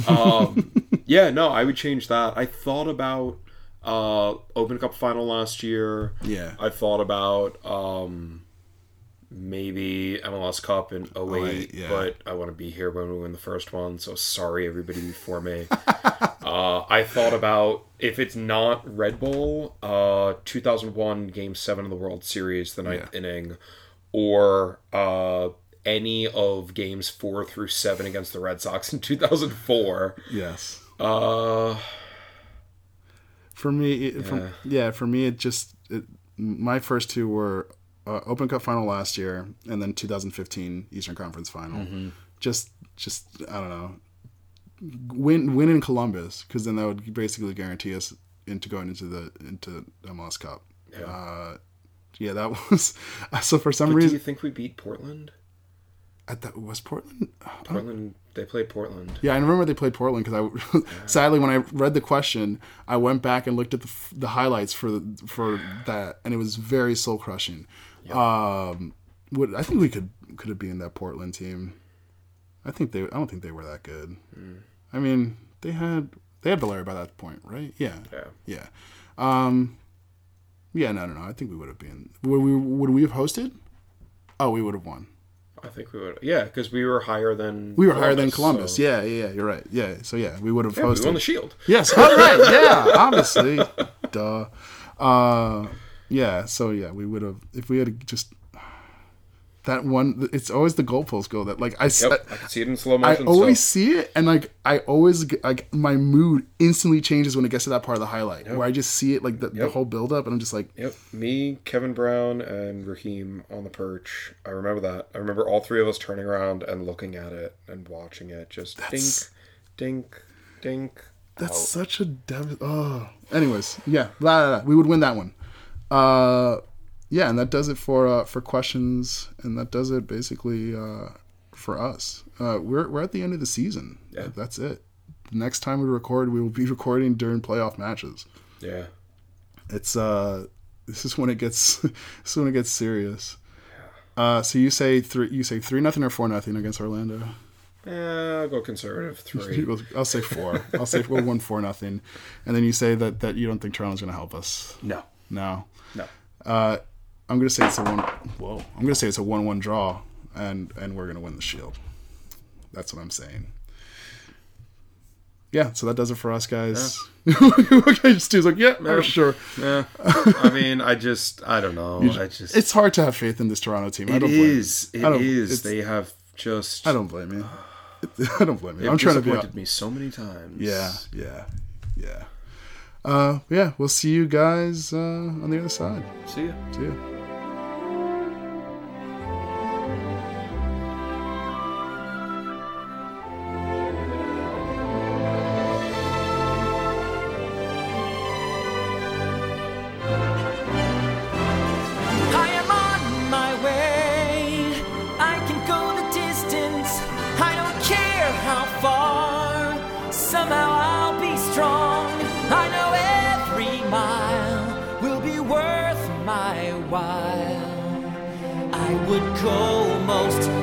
Um, yeah, no, I would change that. I thought about uh, Open Cup final last year. Yeah. I thought about um, maybe MLS Cup in 08, Right, Oh, yeah. but I want to be here when we win the first one, so sorry, everybody, before me. uh, I thought about if it's not Red Bull, uh, 2001 Game 7 of the World Series, the ninth Yeah. inning, or uh, any of games 4 through 7 against the Red Sox in 2004. Yes. Uh, For me, it, yeah. For, yeah. For me, it just it, my first two were uh, Open Cup final last year, and then 2015 Eastern Conference final. Mm-hmm. Just, just I don't know. Win, win in Columbus, because then that would basically guarantee us into going into the into MLS Cup. Yeah, uh, yeah that was so for some Do you reason think we beat Portland? at that was Portland. Portland, they played Portland. Yeah, I remember they played Portland because I, sadly, when I read the question, I went back and looked at the, f- the highlights for the, for that, and it was very soul crushing. Um, would I think we could could have been that Portland team? I think they. I don't think they were that good. Hmm. I mean, they had they had Valeria by that point, right? Yeah, Yeah. yeah. Um, yeah, no, no, no. I think we would have been. Would we would we have hosted? Oh, we would have won. I think we would. Yeah, because we were higher than We were higher than Columbus. so- Yeah, yeah, yeah. You're right. Yeah, so yeah, we would have Yeah, hosted. we won the Shield. Yes. All right. Yeah. Obviously. Duh. Uh, yeah. So yeah, we would have if we had just that one. It's always the goalpost goal that like I s- Yep, I, can see it in slow I motion. always so. see it and like I always get, like my mood instantly changes when it gets to that part of the highlight where I just see it like the, the Yep. whole build up and I'm just like Yep, me, Kevin Brown, and Raheem on the perch. I remember that. I remember all three of us turning around and looking at it and watching it. Just That's- dink, dink, dink. that's such a dev- oh. Anyways, yeah, blah, blah, blah. we would win that one. Uh, yeah, and that does it for uh, for questions, and that does it basically uh, for us. Uh, we're we're at the end of the season. Yeah. that's it. The next time we record, we will be recording during playoff matches. Yeah, It's uh, this is when it gets this is when it gets serious. Uh, so you say three, you say three nothing or four nothing against Orlando. eh, I'll go conservative three. I'll say four. I'll say we're one four nothing, and then you say that that you don't think Toronto's going to help us. no, No, no. uh, I'm going to say it's a one. Whoa, I'm going to say it's a one one draw, and and we're going to win the Shield. That's what I'm saying. Yeah, so that does it for us, guys. okay, Stu's like, yeah, yeah, sure. Eh, I mean, I just, I don't know. I just, It's hard to have faith in this Toronto team. I it don't blame you. is, it I don't- is. it's- They have just. I don't blame you. I don't blame you. They've I'm trying to be. disappointed me so many times. Yeah, yeah, yeah. Uh, yeah, we'll see you guys uh, on the other side. See ya. See ya. I am on my way. I can go the distance. I don't care how far. Somehow I'll be strong. I know every mile will be worth my while. I would go most